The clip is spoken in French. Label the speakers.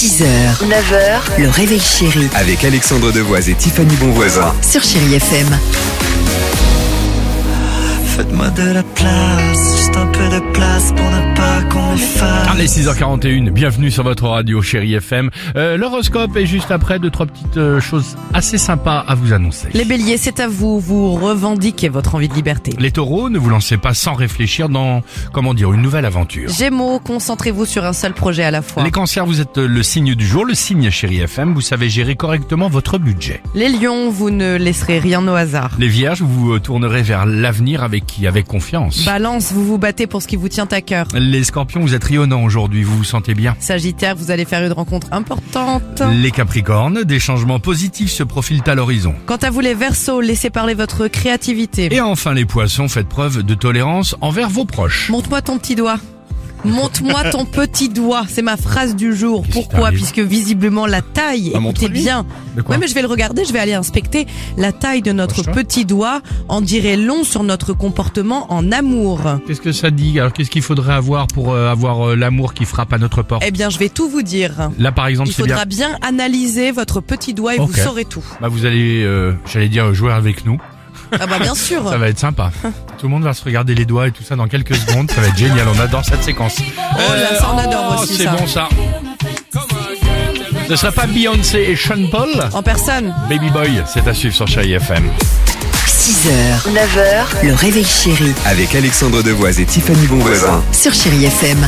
Speaker 1: 6h, 9h, le réveil chéri
Speaker 2: Avec Alexandre Devoise et Tiffany Bonvoisin.
Speaker 1: sur Chérie FM.
Speaker 3: Faites-moi de la place, juste un peu de place pour ne pas qu'on fasse.
Speaker 4: Allez, 6h41, bienvenue sur votre radio chérie FM. Euh, L'horoscope est juste après, deux, trois petites euh, choses assez sympas à vous annoncer.
Speaker 5: Les béliers, c'est à vous, vous revendiquez votre envie de liberté.
Speaker 4: Les taureaux, ne vous lancez pas sans réfléchir dans, comment dire, une nouvelle aventure.
Speaker 5: Gémeaux, concentrez-vous sur un seul projet à la fois.
Speaker 4: Les cancers, vous êtes euh, le signe du jour, le signe chérie FM, vous savez gérer correctement votre budget.
Speaker 5: Les lions, vous ne laisserez rien au hasard.
Speaker 4: Les vierges, vous vous tournerez vers l'avenir avec qui Avec confiance.
Speaker 5: Balance, vous vous battez pour ce qui vous tient à cœur.
Speaker 4: Les scorpions, vous êtes rayonnants aujourd'hui, vous vous sentez bien.
Speaker 5: Sagittaire, vous allez faire une rencontre importante.
Speaker 4: Les capricornes, des changements positifs se profilent à l'horizon.
Speaker 5: Quant à vous les versos, laissez parler votre créativité.
Speaker 4: Et enfin les poissons, faites preuve de tolérance envers vos proches.
Speaker 5: Monte-moi ton petit doigt. Monte-moi ton petit doigt, c'est ma phrase du jour.
Speaker 4: Qu'est-ce qui
Speaker 5: Pourquoi
Speaker 4: t'arrive
Speaker 5: Puisque visiblement la taille, écoutez
Speaker 4: Bah, montre-lui.
Speaker 5: bien.
Speaker 4: De quoi
Speaker 5: ouais, mais je vais le regarder, je vais aller inspecter la taille de notre
Speaker 4: Approche-toi.
Speaker 5: petit doigt. En dirait long sur notre comportement en amour.
Speaker 4: Qu'est-ce que ça dit Alors qu'est-ce qu'il faudrait avoir pour euh, avoir euh, l'amour qui frappe à notre porte
Speaker 5: Eh bien, je vais tout vous dire.
Speaker 4: Là par exemple,
Speaker 5: Eh, Il
Speaker 4: c'est
Speaker 5: faudra
Speaker 4: bien.
Speaker 5: bien analyser votre petit doigt et
Speaker 4: Ok.
Speaker 5: vous saurez tout.
Speaker 4: Bah vous allez, euh, j'allais dire, jouer avec nous.
Speaker 5: Ah bah bien sûr.
Speaker 4: Ça va être sympa. tout le monde va se regarder les doigts et tout ça dans quelques secondes. Ça va être génial. On adore cette séquence. Euh,
Speaker 5: Oh là, ça, on adore aussi
Speaker 4: C'est
Speaker 5: ça.
Speaker 4: bon ça. Ce serait pas Beyoncé et Sean Paul
Speaker 5: En personne.
Speaker 4: Baby Boy, c'est à suivre sur Chérie FM.
Speaker 1: 6h, 9h, le réveil chéri
Speaker 2: Avec Alexandre Devoise et Tiffany Bonvoisin.
Speaker 1: sur Chérie FM.